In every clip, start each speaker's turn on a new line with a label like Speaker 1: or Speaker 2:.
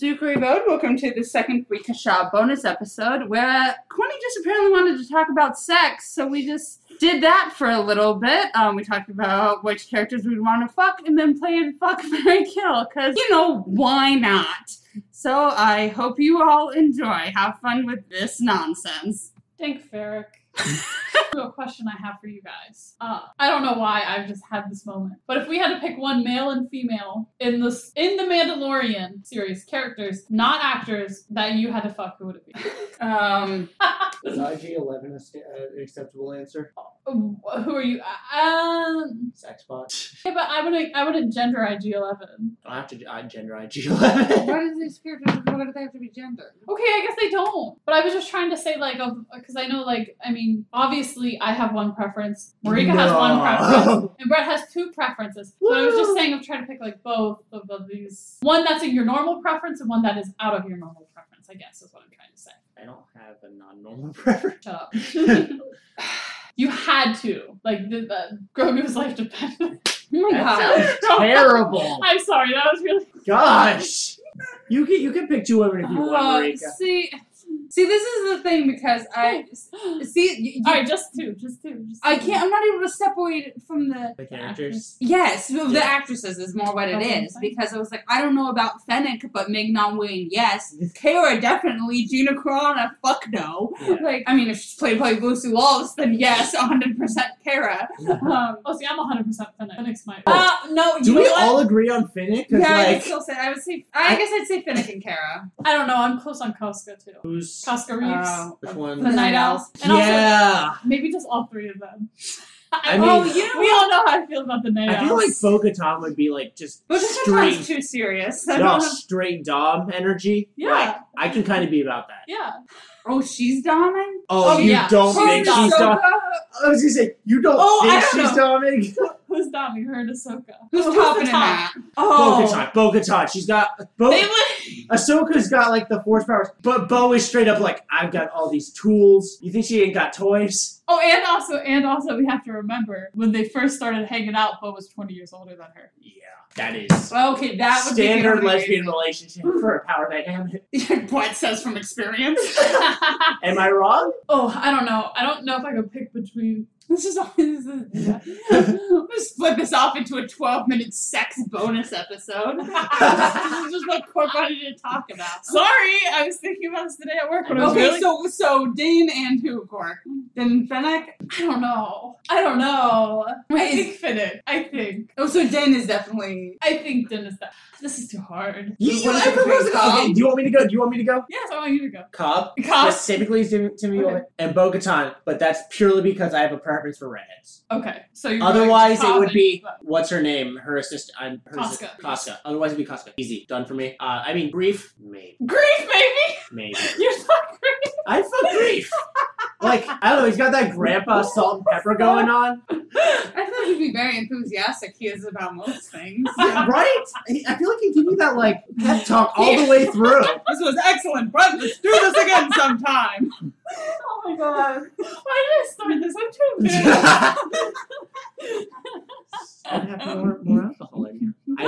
Speaker 1: Hickory Road. Welcome to the second Rikisha bonus episode where Courtney just apparently wanted to talk about sex, so we just did that for a little bit. Um, we talked about which characters we'd want to fuck and then played Fuck, Mary, Kill, because, you know, why not? So I hope you all enjoy. Have fun with this nonsense.
Speaker 2: Thank Ferric. to a question I have for you guys. Uh, I don't know why I've just had this moment, but if we had to pick one male and female in this in the Mandalorian series characters, not actors, that you had to fuck, who would it be?
Speaker 1: Um,
Speaker 3: Is IG eleven a st- uh, an acceptable answer?
Speaker 2: Oh, who are you? Um,
Speaker 3: Sex bot.
Speaker 2: yeah, but I wouldn't. I wouldn't gender IG Eleven.
Speaker 3: I have to. I gender IG eleven.
Speaker 1: does these characters, why do they have to be gendered?
Speaker 2: Okay, I guess they don't. But I was just trying to say like, because I know like, I mean, obviously I have one preference. Marika has one
Speaker 3: No.
Speaker 2: preference. And Brett has two preferences. So I was just saying I'm trying to pick like both of, of these. One that's in your normal preference and one that is out of your normal preference, I guess is what I'm trying to say.
Speaker 3: I don't have a non-normal preference.
Speaker 2: Shut up. you had to. Like the, the Grogu's life depended.
Speaker 1: Oh my god.
Speaker 3: That sounds terrible.
Speaker 2: I'm sorry, that was really
Speaker 3: Gosh, you can you can pick two women if you
Speaker 1: Uh,
Speaker 3: want, Marika.
Speaker 1: see, see, this is the thing because I see. You, you-
Speaker 2: Alright, just two, just two. Just
Speaker 1: I
Speaker 2: two.
Speaker 1: can't. I'm not able to separate it from the.
Speaker 3: The characters.
Speaker 1: Yes, well, the
Speaker 3: Yeah.
Speaker 1: actresses is more what it
Speaker 2: That's what I'm
Speaker 1: is
Speaker 2: saying.
Speaker 1: because I was like, I don't know about Fennec, but Ming Nam Wing, yes. Kara definitely. Gina Carano, fuck no.
Speaker 3: Yeah.
Speaker 1: Like, I mean, if she's played by Lucy Lawless, then yes, 100% Kara. Um,
Speaker 2: Oh, see, I'm 100% finished. Phoenix might.
Speaker 1: uh, no, you
Speaker 3: Do
Speaker 1: know
Speaker 3: we
Speaker 1: what?
Speaker 3: all agree on Finnick?
Speaker 1: Yeah,
Speaker 3: Because
Speaker 1: I would
Speaker 3: like,
Speaker 1: still say I would say I, guess I'd say Finnick and Kara.
Speaker 2: I don't know, I'm close on Costco too.
Speaker 3: who's
Speaker 2: Costco Reeves.
Speaker 1: Oh.
Speaker 3: which
Speaker 2: the
Speaker 1: The
Speaker 3: one?
Speaker 2: Night
Speaker 1: Night
Speaker 2: Owls.
Speaker 1: Owls.
Speaker 2: And also,
Speaker 3: yeah,
Speaker 2: maybe just all three of them.
Speaker 3: I mean-
Speaker 1: oh, you know
Speaker 2: We
Speaker 1: what?
Speaker 2: all know how I feel about the Night
Speaker 3: I feel like
Speaker 2: Owls.
Speaker 3: Bo-Katan would be like just
Speaker 1: But this one's
Speaker 3: straight,
Speaker 1: too serious. I
Speaker 3: no,
Speaker 1: don't know.
Speaker 3: straight Dom energy.
Speaker 2: Yeah.
Speaker 3: Like, I can kind of be about that.
Speaker 2: yeah.
Speaker 1: Oh, she's dominant.
Speaker 3: Oh,
Speaker 2: Oh,
Speaker 3: you
Speaker 2: yeah.
Speaker 3: don't
Speaker 2: Her
Speaker 3: think
Speaker 2: and
Speaker 3: she's
Speaker 2: Ahsoka.
Speaker 3: Dom? I was gonna say you don't
Speaker 1: Oh,
Speaker 3: think
Speaker 1: I don't
Speaker 3: she's Dominic.
Speaker 2: Who's Dami? Her and Ahsoka.
Speaker 1: Who's
Speaker 2: Who's
Speaker 1: topping
Speaker 2: the
Speaker 1: in
Speaker 2: top?
Speaker 1: that?
Speaker 2: Oh.
Speaker 1: Oh.
Speaker 3: Bo-Katan. Bo-Katan. She's got Bo.
Speaker 2: They would.
Speaker 3: Ahsoka's got like the force powers, but Bo is straight up like, I've got all these tools. You think she ain't got toys?
Speaker 2: Oh, and also, and also, we have to remember when they first started hanging out, Bo was twenty years older than her.
Speaker 3: Yeah, that is
Speaker 1: Okay, that would
Speaker 3: standard
Speaker 1: be the only
Speaker 3: lesbian relationship for a power dynamic.
Speaker 1: reason. Brett says from experience.
Speaker 3: Am I wrong?
Speaker 2: oh, I don't know. I don't know if I could pick between.
Speaker 1: this is always. Let's flip this off into a 12 minute sex bonus episode. this is just what Corp wanted to talk about.
Speaker 2: Sorry, I was thinking about this today at work when I was
Speaker 1: Okay,
Speaker 2: really.
Speaker 1: so so Dane and who, Corp? Then Fennec?
Speaker 2: I don't know. I don't know. I
Speaker 1: Wait,
Speaker 2: think Finnick. I think.
Speaker 1: Oh, so Dane is definitely.
Speaker 2: I think Dennis. That this is too hard.
Speaker 3: You,
Speaker 1: What is it, Drake Cobb?
Speaker 3: Okay, do you want me to go? Do you want me to go?
Speaker 2: Yes, I want you to go.
Speaker 3: Cobb.
Speaker 2: Cobb.
Speaker 1: Uh,
Speaker 3: Specifically to, to me
Speaker 2: Okay.
Speaker 3: and Bo-Katan, but that's purely because I have a preference for redheads.
Speaker 2: Okay, so you're going
Speaker 3: Otherwise, it
Speaker 2: Cobb
Speaker 3: would
Speaker 2: and-
Speaker 3: be what's her name? Her assistant. I'm her
Speaker 2: Casca.
Speaker 3: assistant- Casca. Otherwise, it'd be Casca. Easy, done for me. Uh, I mean, grief, maybe,
Speaker 2: grief, baby.
Speaker 3: maybe.
Speaker 2: You're not grief.
Speaker 3: I fuck grief. Like I don't know, he's got that grandpa salt and pepper going on,
Speaker 1: I thought he'd be very enthusiastic. He is about most things.
Speaker 3: right? I feel like he give you that like pep talk all the way through.
Speaker 1: This was excellent, Brett. Let's do this again sometime.
Speaker 2: Oh my god. Why did I start this? I'm too embarrassed.
Speaker 3: more, more alcohol in here. I,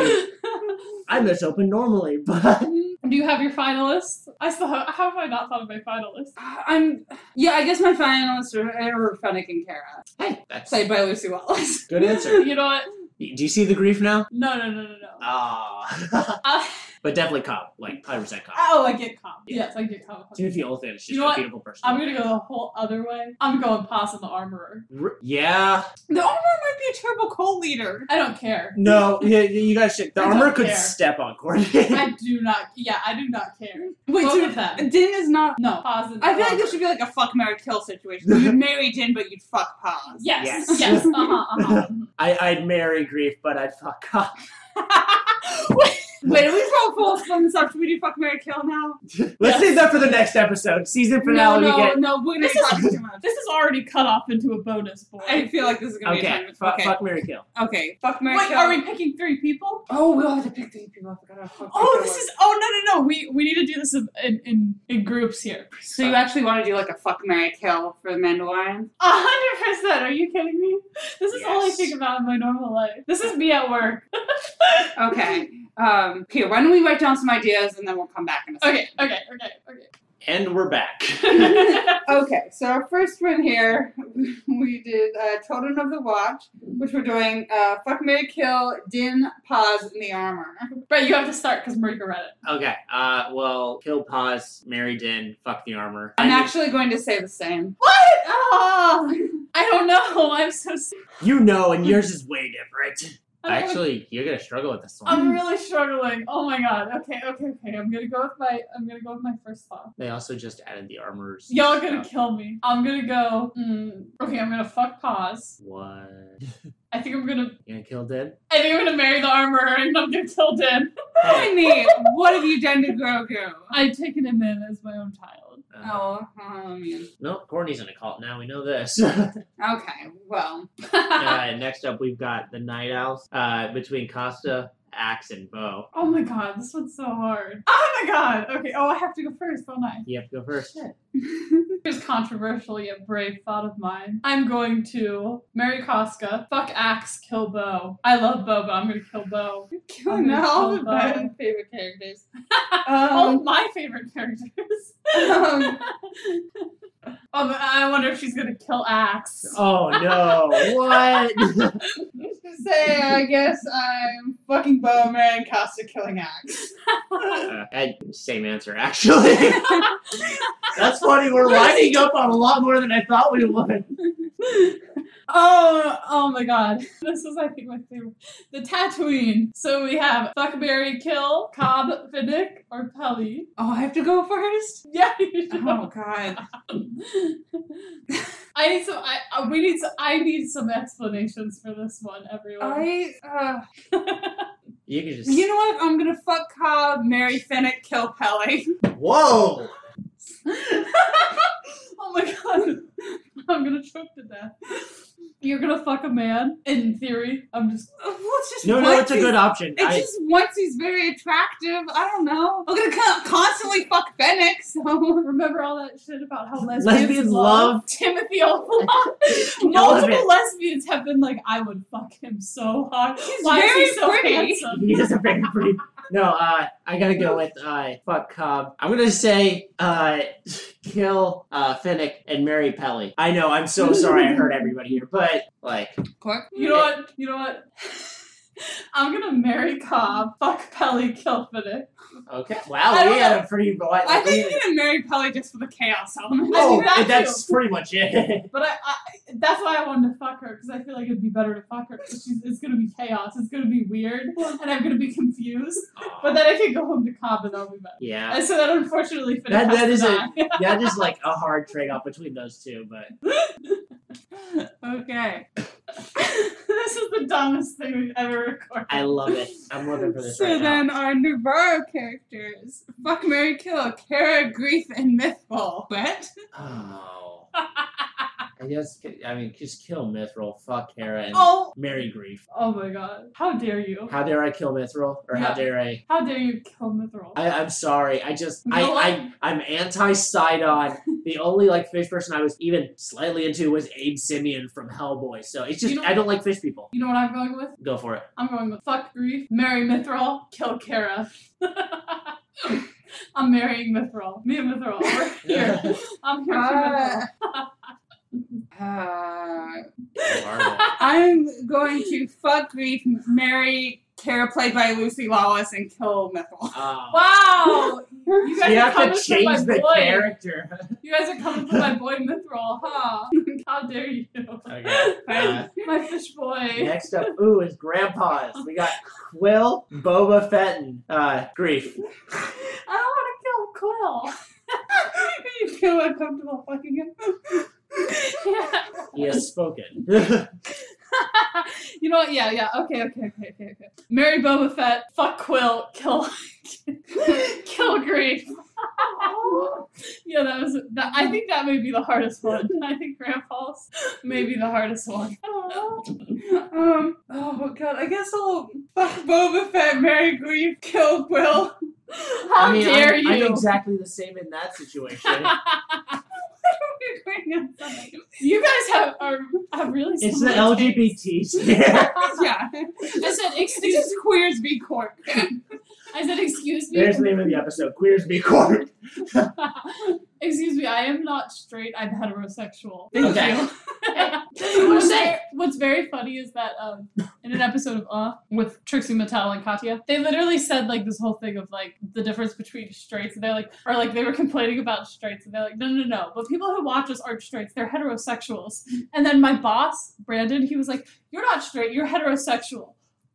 Speaker 3: I'm this open normally, but
Speaker 2: Do you have your finalists? I still have, how have I not thought of my finalists?
Speaker 1: Uh, I'm yeah. I guess my finalists are, are Fennec and Kara,
Speaker 3: hey, that's
Speaker 1: played by Lucy Wallace.
Speaker 3: good answer.
Speaker 2: You know what?
Speaker 3: Do you see the grief now?
Speaker 2: No, no, no, no, Uh, no.
Speaker 3: Ah,
Speaker 2: I,
Speaker 3: but definitely Cobb, like 100 percent Cobb.
Speaker 2: oh, I get calm.
Speaker 3: Yeah.
Speaker 2: Yes, I get calm.
Speaker 3: Timothy Olyphant is just
Speaker 2: You know
Speaker 3: a
Speaker 2: what?
Speaker 3: beautiful person.
Speaker 2: I'm gonna go the whole other way. I'm going Possum the Armorer.
Speaker 3: R- yeah.
Speaker 1: The armor might be a terrible cult leader.
Speaker 2: I don't care.
Speaker 3: No, yeah, you guys should. The
Speaker 2: I
Speaker 3: armor
Speaker 2: don't
Speaker 3: could
Speaker 2: care.
Speaker 3: step on Courtney.
Speaker 2: I do not. Yeah, I do not care.
Speaker 1: Wait,
Speaker 2: Both
Speaker 1: so
Speaker 2: of them.
Speaker 1: Din is not.
Speaker 2: No, Possum.
Speaker 1: I feel like this should be like a fuck Mary kill situation. You'd marry Din, but you'd fuck Paz.
Speaker 2: Yes,
Speaker 3: Yes.
Speaker 2: yes, uh huh, uh
Speaker 3: I, I'd marry Grief, but I'd fuck up.
Speaker 2: huh.
Speaker 1: Wait, are we so full on this up? Should we do fuck Mary kill now?
Speaker 3: Let's save that for the next episode. Season
Speaker 1: No,
Speaker 3: finale.
Speaker 1: no,
Speaker 3: we get
Speaker 1: no. We're gonna
Speaker 2: This is-
Speaker 1: talk too much.
Speaker 2: this is already cut off into a bonus, boy.
Speaker 1: I feel like this is gonna be
Speaker 3: okay.
Speaker 1: a
Speaker 3: fu-
Speaker 1: time.
Speaker 3: Fuck,
Speaker 1: Okay,
Speaker 3: Mary Kill.
Speaker 1: okay. Fuck Mary
Speaker 2: Wait,
Speaker 1: kill.
Speaker 2: are we picking three people?
Speaker 1: Oh, we all have to pick three people. I forgot how fuck
Speaker 2: Oh,
Speaker 1: Mary
Speaker 2: this
Speaker 1: Kill
Speaker 2: is. Oh no no no. We we need to do this in in, in groups here.
Speaker 1: was. So you actually want to do like a fuck Mary kill for the Mandalorian?
Speaker 2: A hundred percent. Are you kidding me? This is all I
Speaker 3: Yes.
Speaker 2: think about in my normal life. This is me at work.
Speaker 1: Okay. Um, here, why don't we write down some ideas and then we'll come back in a second.
Speaker 2: Okay, okay, okay, okay.
Speaker 4: And we're back.
Speaker 1: Okay, so our first one here, we did uh, Children of the Watch, which we're doing uh, Fuck, Mary Kill, Din, Paz, and the Armor.
Speaker 2: Brett, you have to start because Marika read it.
Speaker 4: Okay. Uh, well, kill pause, married in, fuck the armor.
Speaker 1: I'm
Speaker 4: I-
Speaker 1: actually going to say the same.
Speaker 2: What? Oh, I don't know. I'm so. s-
Speaker 3: You know, and yours is way different.
Speaker 2: I don't know.
Speaker 4: Actually, you're gonna struggle with this one.
Speaker 2: I'm really struggling. Oh my god. Okay, okay, okay. I'm gonna go with my. I'm gonna go with my first thought.
Speaker 4: they also just added the armors.
Speaker 2: Y'all gonna
Speaker 4: stuff.
Speaker 2: kill me. I'm gonna go. Mm, okay, I'm gonna fuck pause.
Speaker 4: What?
Speaker 2: I think I'm gonna.
Speaker 4: You gonna kill dead?
Speaker 2: I think I'm gonna marry the armorer, and I'm gonna kill Din.
Speaker 4: Uh,
Speaker 1: Honey, what have you done to Grogu?
Speaker 2: I've taken him in as my own child.
Speaker 4: Uh,
Speaker 1: Oh, oh man.
Speaker 4: No, Courtney's in a cult now. We know this.
Speaker 1: Okay, well.
Speaker 4: uh, next up, we've got the Night Owls uh, between Costa, Axe, and Bo.
Speaker 2: Oh my god, this one's so hard. Oh my god. Okay. Oh, I have to go first, don't I?
Speaker 4: You have to go first.
Speaker 2: Here's controversially a brave thought of mine. I'm going to marry Casca, fuck Axe, kill Bo. I love Bo, but I'm gonna kill Bo.
Speaker 1: Killing all
Speaker 2: Oh,
Speaker 1: the
Speaker 2: God.
Speaker 1: my favorite characters.
Speaker 2: All
Speaker 1: Um,
Speaker 2: of my favorite characters.
Speaker 1: um,
Speaker 2: Oh, but I wonder if she's gonna kill Axe.
Speaker 3: Oh no! What?
Speaker 1: let's just say, I guess I'm fucking Bo, marrying Costa, killing Axe.
Speaker 4: Uh, I- same answer, actually.
Speaker 3: That's funny. We're lining up on a lot more than I thought we would.
Speaker 2: Oh, oh my god. This is, I think, my favorite. The Tatooine. So we have Fuckberry Kill, Cobb, Finnick, or Pelly.
Speaker 1: Oh, I have to go first?
Speaker 2: Yeah, you
Speaker 1: Oh,
Speaker 2: know.
Speaker 1: God.
Speaker 2: I need some, I, uh, we need some, I need some explanations for this one, everyone.
Speaker 1: I, uh,
Speaker 4: you can just.
Speaker 1: you know what? I'm gonna fuck Cobb, marry Finnick, kill Pelly.
Speaker 4: Whoa!
Speaker 2: oh my god. I'm gonna choke to death. You're gonna fuck a man, in theory. I'm just,
Speaker 1: Well, it's just
Speaker 3: No, no,
Speaker 1: once
Speaker 3: it's a
Speaker 1: he's-
Speaker 3: good option.
Speaker 1: It's
Speaker 3: I-
Speaker 1: just once he's very attractive. I don't know. I'm gonna con- constantly fuck Fennec, so.
Speaker 2: remember all that shit about how lesbians,
Speaker 3: Lesbians love-
Speaker 2: Timothy Olyphant?
Speaker 3: it.
Speaker 2: Multiple lesbians have been like, I would fuck him so hard.
Speaker 1: He's
Speaker 2: Why
Speaker 1: very
Speaker 2: is he so
Speaker 1: pretty.
Speaker 2: handsome?
Speaker 3: He is a very pretty. No, uh, I gotta go with uh, fuck Cobb. I'm gonna say uh, kill uh, Finnick and marry Pelly. I know. I'm so sorry. I hurt everybody here, but like,
Speaker 1: Cork?
Speaker 2: You know what? You know what? I'm gonna marry Cobb, fuck Pelly, kill Finnick.
Speaker 4: Okay.
Speaker 3: wow,
Speaker 2: I
Speaker 3: we
Speaker 2: don't
Speaker 3: had a pretty. Like,
Speaker 1: I think I'm gonna marry Pelly just for the chaos element.
Speaker 2: I
Speaker 3: oh,
Speaker 2: do that
Speaker 3: that's pretty much it.
Speaker 2: But I, I that's why I wanted to fuck her because I feel like it'd be better to fuck her because she's it's gonna be chaos, it's gonna be weird, and I'm gonna be confused. But then I can go home to Cobb and I'll be better.
Speaker 4: yeah.
Speaker 2: And so that unfortunately Finnick
Speaker 3: That-
Speaker 2: has
Speaker 3: that
Speaker 2: to
Speaker 3: is a-
Speaker 2: die.
Speaker 3: that is like a hard trade-off between those two, but
Speaker 1: Okay.
Speaker 2: this is the dumbest thing we've ever recorded.
Speaker 4: I love it. I'm living for this
Speaker 1: So
Speaker 4: right
Speaker 1: then our Navarro characters Fuck Mary Kill, Kara, Grief, and Mythball. What?
Speaker 4: now. Oh. I guess. I mean, just kill Mithril. Fuck Hera and
Speaker 2: Oh,
Speaker 4: marry Grief.
Speaker 2: oh my god! How dare you?
Speaker 4: How dare I kill Mithril? Or how
Speaker 2: Yeah.
Speaker 4: dare I?
Speaker 2: How dare you kill Mithril?
Speaker 4: I, I'm sorry. I just
Speaker 2: You
Speaker 4: I,
Speaker 2: know what?
Speaker 4: I I'm anti Sidon. The only like fish person I was even slightly into was Abe Simeon from Hellboy. So it's just
Speaker 2: You know-
Speaker 4: I don't like fish people.
Speaker 2: you know what I'm going with?
Speaker 4: Go for it.
Speaker 2: I'm going with fuck grief, marry Mithril, kill Kara. I'm marrying Mithril. Me and Mithril. We're here. I'm here for
Speaker 1: Ah.
Speaker 2: Mithril.
Speaker 1: Uh,
Speaker 4: Marvel.
Speaker 1: I'm going to fuck grief, marry Kara, played by Lucy Lawless, and kill Mythal.
Speaker 4: Oh.
Speaker 2: Wow! You guys
Speaker 3: you
Speaker 2: are
Speaker 3: have
Speaker 2: coming
Speaker 3: to
Speaker 2: for my
Speaker 3: change the
Speaker 2: boy.
Speaker 3: character.
Speaker 2: You guys are coming for my boy Mithril, huh? How dare you?
Speaker 4: Okay. Uh,
Speaker 2: My fish boy.
Speaker 4: next up,
Speaker 3: Ooh, it's grandpas. We got Quill, Boba Fettin, uh, Grief.
Speaker 2: I don't want
Speaker 1: you feel uncomfortable fucking him?
Speaker 2: to kill Quill. Yeah.
Speaker 4: he has spoken.
Speaker 2: you know what? Yeah, yeah. Okay, okay, okay, okay, okay. Marry Boba Fett. Fuck Quill. Kill. kill Grief. yeah, that was. That, I think that may be the hardest one. I think Grandpa's may be the hardest one.
Speaker 1: um, oh god, I guess I'll fuck Boba Fett, marry grief, kill Quill.
Speaker 2: How
Speaker 4: I mean,
Speaker 2: dare
Speaker 4: I'm,
Speaker 2: you?
Speaker 4: I'm exactly the same in that situation.
Speaker 1: you're going on something.
Speaker 2: You guys have are have really.
Speaker 3: It's the
Speaker 2: similar
Speaker 3: LGBT
Speaker 2: tastes.
Speaker 3: stand.
Speaker 1: Yeah.
Speaker 2: I said
Speaker 1: This
Speaker 2: excuse.
Speaker 1: is queers be cork.
Speaker 2: I said excuse me.
Speaker 3: There's the name of the episode, Queers Be Cork.
Speaker 2: excuse me. I am not straight. I'm heterosexual.
Speaker 1: Thank
Speaker 3: Okay.
Speaker 1: you.
Speaker 2: What's very, what's very funny is that um, in an episode of Uh with Trixie Mattel and Katya, they literally said like this whole thing of like the difference between straights, and they're like, or like they were complaining about straights, and they're like, no, no, no, but people who watch us aren't straights; they're heterosexuals. And then my boss Brandon, he was like, you're not straight, you're heterosexual.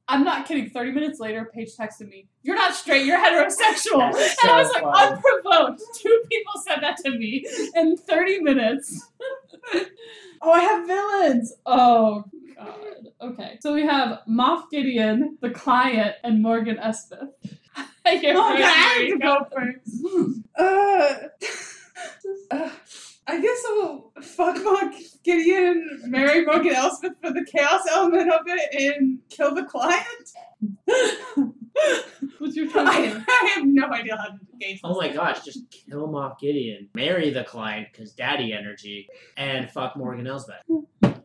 Speaker 2: I'm not kidding. Thirty minutes later, Paige texted me, "You're not straight. You're heterosexual."
Speaker 3: That's
Speaker 2: and I
Speaker 3: so
Speaker 2: was like,
Speaker 3: funny.
Speaker 2: unprovoked. Two people said that to me in 30 minutes. oh, I have villains. Oh, God. Okay. So we have Moff Gideon, the client, and Morgan Espeth. I can't
Speaker 1: Oh, God, I have to
Speaker 2: remember.
Speaker 1: go first. Uh, uh, I guess I'll fuck Mark Gideon, marry Morgan Elspeth for the chaos element of it, and kill the client.
Speaker 2: What's your favorite?
Speaker 1: I, I have no idea how to engage
Speaker 3: Oh
Speaker 1: this.
Speaker 3: my gosh, just kill Moff Gideon, marry the client because daddy energy, and fuck Morgan Elsbeth.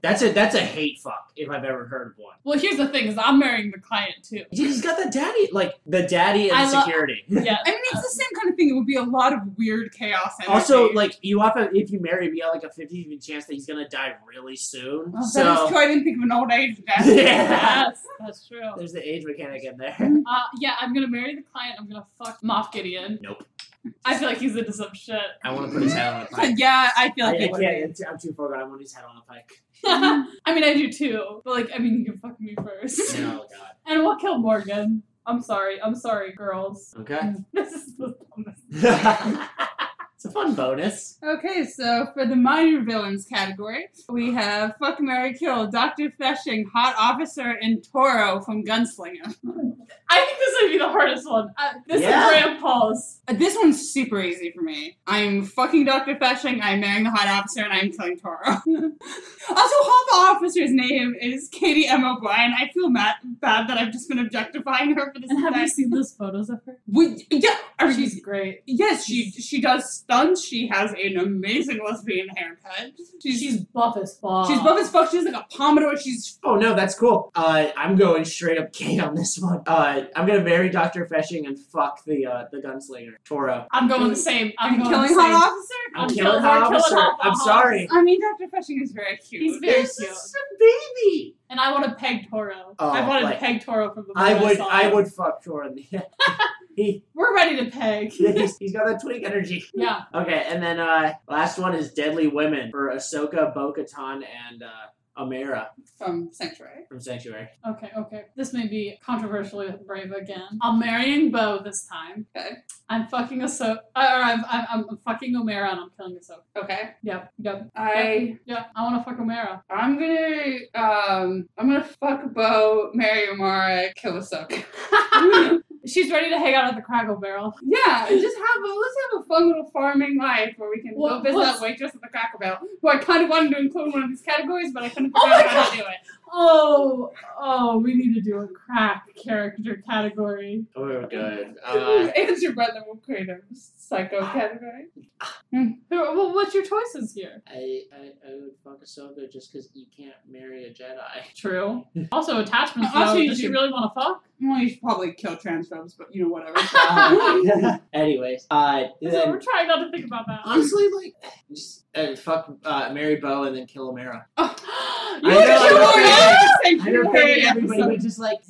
Speaker 3: That's a that's a hate fuck if I've ever heard of one.
Speaker 2: Well, here's the thing: is I'm marrying the client too.
Speaker 3: He's got the daddy, like the daddy and
Speaker 2: I lo-
Speaker 3: security.
Speaker 2: Yeah.
Speaker 1: I mean, it's the same kind of thing. It would be a lot of weird chaos. Energy.
Speaker 3: also, like you often, if you marry me, you have like a fifty even chance that he's gonna die really soon.
Speaker 1: Well, Oh, that is
Speaker 3: so
Speaker 1: true. I didn't think of an old age death.
Speaker 3: Yeah.
Speaker 2: yes, that's true.
Speaker 3: there's the age mechanic in there.
Speaker 2: Uh, yeah, I'm gonna marry the client. I'm gonna fuck Moff Gideon.
Speaker 3: Nope.
Speaker 2: I feel like he's into some shit.
Speaker 3: I want to put his head on a
Speaker 1: But
Speaker 3: pike.
Speaker 1: yeah, I feel
Speaker 3: I,
Speaker 1: like
Speaker 3: I
Speaker 1: it would be.
Speaker 3: can't. I'm too far gone. I want his head on a pike.
Speaker 2: I mean, I do too. But like, I mean, you can fuck me first.
Speaker 3: Oh god.
Speaker 2: And we'll kill Morgan. I'm sorry. I'm sorry, girls.
Speaker 3: Okay.
Speaker 2: This is the dumbest.
Speaker 3: it's a fun bonus.
Speaker 1: Okay, so for the minor villains category, we have Fuck Mary Kill, Dr. Feshing, Hot Officer, and Toro from Gunslinger.
Speaker 2: I think this would be the hardest one. Uh, this
Speaker 3: Yeah.
Speaker 2: is Grandpa's.
Speaker 1: Uh, This one's super easy for me. I'm fucking Dr. Feshing, I'm marrying the Hot Officer, and I'm killing Toro. also, Hot Officer's name is Katie M. O'Brien. I feel mad, bad that I've just been objectifying her for this
Speaker 2: And have you
Speaker 1: entire-
Speaker 2: seen those photos of her?
Speaker 1: We, yeah, are you-
Speaker 2: She's great.
Speaker 1: Yes, she she does stunts. She has an amazing lesbian haircut. She's she's,
Speaker 2: She's buff as fuck.
Speaker 1: buff as fuck. She's like a pomodoro. She's
Speaker 3: Oh no, that's cool. Uh, I'm going straight up gay on this one. Uh, I'm gonna marry Doctor Feshing and fuck the uh, the gunslinger Toro.
Speaker 2: I'm going the same. I'm, going
Speaker 1: killing
Speaker 2: the
Speaker 1: hot
Speaker 2: same.
Speaker 1: officer.
Speaker 3: I'm,
Speaker 2: I'm
Speaker 3: killing
Speaker 2: killing-
Speaker 3: her
Speaker 2: we're killing
Speaker 3: officer.
Speaker 2: all the
Speaker 3: I'm
Speaker 2: hogs.
Speaker 3: sorry.
Speaker 1: I mean, Dr. Feshing is very cute.
Speaker 2: He's very
Speaker 3: this
Speaker 2: cute.
Speaker 3: is a baby.
Speaker 2: And I want to peg Toro.
Speaker 3: Oh,
Speaker 2: I wanted
Speaker 3: like-
Speaker 2: to peg Toro from the
Speaker 3: I
Speaker 2: moment
Speaker 3: would
Speaker 2: saw
Speaker 3: I
Speaker 2: him.
Speaker 3: would fuck Toro in the head. he,
Speaker 2: We're ready to peg.
Speaker 3: he's he's got that twink energy.
Speaker 2: Yeah.
Speaker 3: Okay, and then uh, last one is Deadly Women for Ahsoka, Bo-Katan, and uh, Amira
Speaker 1: From Sanctuary.
Speaker 3: from Sanctuary.
Speaker 2: Okay, okay. This may be controversially brave again. I'm marrying Bo this time.
Speaker 1: Okay.
Speaker 2: I'm fucking Ahsoka. Uh, Or I'm, I'm, I'm fucking Omera and I'm killing Ahsoka.
Speaker 1: Okay.
Speaker 2: Yep, yep.
Speaker 1: I
Speaker 2: Yeah, I want to fuck Omera.
Speaker 1: I'm gonna um I'm gonna fuck Bo, marry Amara, kill Ahsoka.
Speaker 2: She's ready to hang out at the Craggle Barrel.
Speaker 1: yeah, and just have a let's have a fun little farming life where we can
Speaker 2: Well,
Speaker 1: go visit
Speaker 2: what's-
Speaker 1: that waitress at the Cracker Barrel, who I kind of wanted to include in one of these categories, but I couldn't
Speaker 2: Oh
Speaker 1: figure
Speaker 2: my
Speaker 1: out how to do it.
Speaker 2: Oh, oh, we need to do a crack character category.
Speaker 3: Oh, good. Uh,
Speaker 1: it's your brother will create a psycho category.
Speaker 2: Who- Well, what's your choices here?
Speaker 3: I, I I would fuck Ahsoka just because you can't marry a Jedi.
Speaker 2: True. Also, attachments.
Speaker 1: Also,
Speaker 2: though.
Speaker 1: you
Speaker 2: Does she
Speaker 1: do-
Speaker 2: really want to fuck?
Speaker 1: Well, you should probably kill transphobes, but you know, whatever.
Speaker 3: Uh, anyways, uh,
Speaker 2: So
Speaker 3: then,
Speaker 2: we're trying not to think about that.
Speaker 3: honestly, like, just, uh, fuck uh, Mary Bo and then kill Amira.
Speaker 2: You
Speaker 3: I
Speaker 2: would
Speaker 3: know,
Speaker 2: kill
Speaker 3: I know.
Speaker 2: Omera?
Speaker 3: I don't think everybody would just like.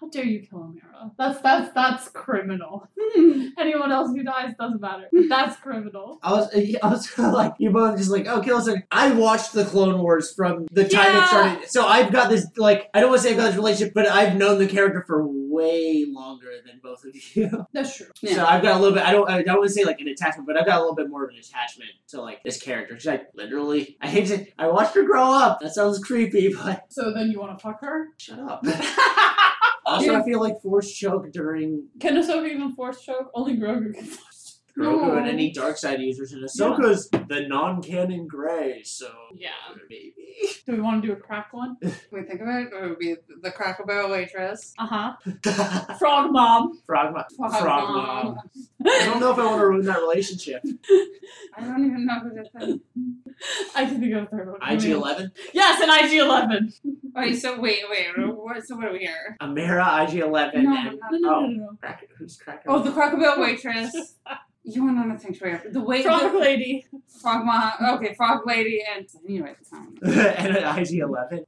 Speaker 2: How dare you kill Amira? That's that's that's criminal.
Speaker 1: Hmm.
Speaker 2: Anyone else who dies doesn't matter. That's criminal.
Speaker 3: I was, I was like, you both just like, oh, kill us. Like, I watched the Clone Wars from the time
Speaker 1: Yeah.
Speaker 3: it started, so I've got this. Like, I don't want to say I've got this relationship, but I've known the character for way longer than both of you.
Speaker 2: That's true.
Speaker 3: So I've got a little bit. I don't. I don't want to say like an attachment, but I've got a little bit more of an attachment to like this character. She's like literally. I hate to. I watched her grow up. That sounds creepy, but
Speaker 2: So then you want to fuck her?
Speaker 3: shut up. also, I feel like force choke during
Speaker 2: Can Ahsoka even force choke? Only Grogu can force choke.
Speaker 3: Grogu and
Speaker 2: No.
Speaker 3: any dark side users, and Ahsoka's the non-canon gray, so
Speaker 2: Yeah.
Speaker 3: maybe.
Speaker 2: Do we want to do a crack one?
Speaker 1: When we think about it, it would be the Crackle Barrel waitress.
Speaker 2: Uh huh.
Speaker 3: Frog,
Speaker 2: Frog mom.
Speaker 3: Frog
Speaker 1: Mom.
Speaker 3: Mom. I don't know if I want to ruin that relationship.
Speaker 1: Mm-hmm. I don't even know who this is.
Speaker 2: I can think of a third one.
Speaker 3: IG Eleven,
Speaker 2: Yes, and IG Eleven.
Speaker 1: Wait, so wait, wait. What, so what are we here?
Speaker 3: Amira, IG Eleven,
Speaker 1: No,
Speaker 3: and
Speaker 2: No, no, no, no, no.
Speaker 3: Cracker. Who's Cracker?
Speaker 1: Oh, the Crackle Barrel waitress. You went on a sanctuary. The wait.
Speaker 2: Frog
Speaker 1: the,
Speaker 2: lady.
Speaker 1: frog mom. Okay, frog lady and anyway, the time.
Speaker 3: and an IG Eleven.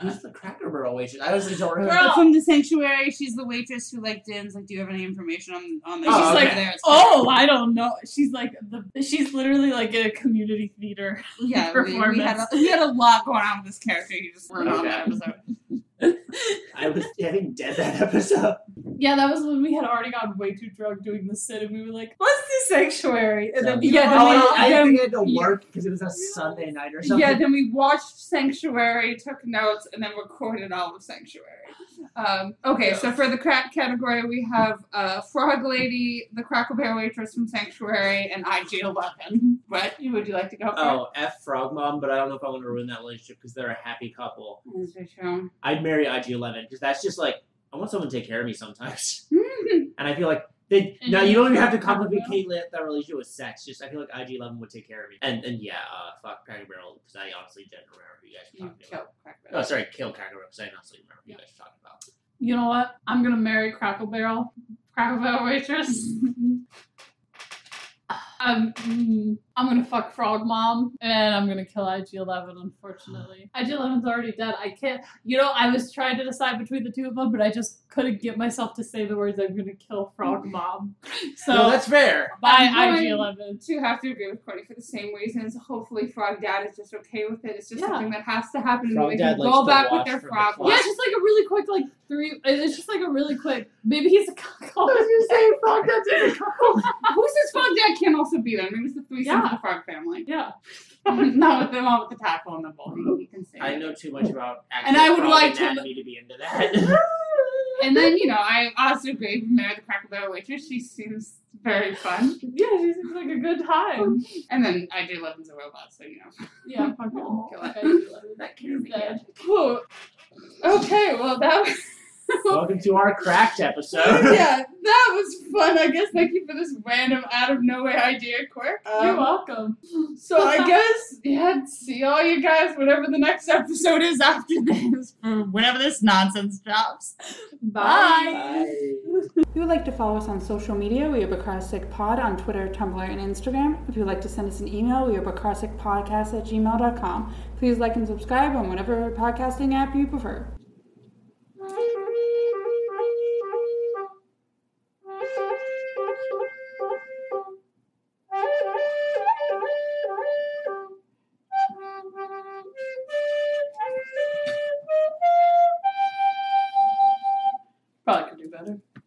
Speaker 3: Who's the Cracker Barrel waitress? I honestly don't remember.
Speaker 2: Girl.
Speaker 1: From the sanctuary, she's the waitress who like Din's like, do you have any information on on this?
Speaker 3: Oh,
Speaker 1: She's like
Speaker 3: okay.
Speaker 1: there.
Speaker 2: Oh, I don't know. She's like the. She's literally like in a community theater.
Speaker 1: yeah, we, we had a,
Speaker 2: performance.
Speaker 1: we had a lot going on with this character. You just learned on that
Speaker 3: Okay.
Speaker 1: episode.
Speaker 3: I was getting dead that episode.
Speaker 2: Yeah, that was when we had already gotten way too drunk doing the sit, and we were like, "Let's do sanctuary." And then
Speaker 1: Yeah, then
Speaker 3: oh, no,
Speaker 1: we-
Speaker 3: I
Speaker 1: then-
Speaker 3: think I had to
Speaker 1: yeah.
Speaker 3: work because it was a Sunday night or something.
Speaker 1: Yeah, then we watched Sanctuary, took notes, and then recorded all of Sanctuary. Um, okay, so for the crack category, we have uh, Frog Lady, the Crackle Bear Waitress from Sanctuary, and IG Eleven. What would you like to go for?
Speaker 3: Oh, F Frog Mom, but I don't know if I want to ruin that relationship because they're a happy couple.
Speaker 1: That's for sure.
Speaker 3: I'd marry IG Eleven because that's just like I want someone to take care of me sometimes, and I feel like they
Speaker 2: And
Speaker 3: no,
Speaker 2: you-
Speaker 3: you don't even have to
Speaker 2: Frog Mom?
Speaker 3: complicate li- that relationship with sex. Just I feel like IG Eleven would take care of me, and and yeah, uh, fuck Cracker Barrel because I honestly didn't remember who you guys were
Speaker 1: you
Speaker 3: talking
Speaker 1: killed
Speaker 3: about.
Speaker 1: Cracker
Speaker 3: Oh,
Speaker 1: Barrel.
Speaker 3: sorry, kill Cracker Barrel because I honestly remember who you guys were talking about.
Speaker 2: You know what? I'm gonna marry Crackle Barrel, Crackle Barrel waitress. I'm, mm, I'm gonna fuck Frog Mom, and I'm gonna kill IG Eleven. Unfortunately, IG Eleven's already dead. I can't. You know, I was trying to decide between the two of them, but I just couldn't get myself to say the words. I'm gonna kill Frog Mom. So
Speaker 3: no, that's fair.
Speaker 2: bye,
Speaker 1: I'm
Speaker 2: IG
Speaker 1: going-
Speaker 2: Eleven.
Speaker 1: To have to agree with Courtney for the same reasons. Hopefully, Frog Dad is just okay with it. It's just
Speaker 2: Yeah.
Speaker 1: something that has to happen.
Speaker 3: Frog
Speaker 1: and they
Speaker 3: Dad
Speaker 1: can
Speaker 3: likes
Speaker 1: go
Speaker 3: to
Speaker 1: back with
Speaker 3: watch
Speaker 1: their
Speaker 3: from
Speaker 1: frog.
Speaker 3: the
Speaker 2: Yeah,
Speaker 3: What?
Speaker 2: just like a really quick, like three. It's just like a really quick. Maybe he's a cuckold.
Speaker 3: Frog Dad's
Speaker 1: Who says Frog Dad can't also be there? Maybe it's the three sons of
Speaker 2: Yeah.
Speaker 1: the Frog family.
Speaker 2: Yeah.
Speaker 1: Not with the one with the tackle and the ball. You can say.
Speaker 3: I
Speaker 1: it.
Speaker 3: know too much about
Speaker 1: And I would
Speaker 3: actual frog
Speaker 1: like to-
Speaker 3: anatomy to be into that.
Speaker 1: And then you know, I also agree with Mary the Crackle Barrel Waitress. She seems very fun.
Speaker 2: Yeah, she seems like a good time.
Speaker 1: And then I do love as a robot, so you know.
Speaker 2: Yeah, fuck Kill
Speaker 1: Kill it.
Speaker 2: that can be dead. Cool.
Speaker 1: Okay, well that was
Speaker 3: Welcome to our cracked episode.
Speaker 1: yeah, that was fun. I guess thank you for this random out of nowhere idea, Quirk.
Speaker 2: You're
Speaker 1: Um,
Speaker 2: welcome.
Speaker 1: so I guess yeah, see all you guys whatever the next episode is after this for whenever this nonsense drops.
Speaker 3: Bye.
Speaker 5: If you would like to follow us on social media, we are Bacarsic Pod on Twitter, Tumblr, and Instagram. If you would like to send us an email, we are bacarsicpodcast at gmail.com. Please like and subscribe on whatever podcasting app you prefer.
Speaker 2: Probably could do better.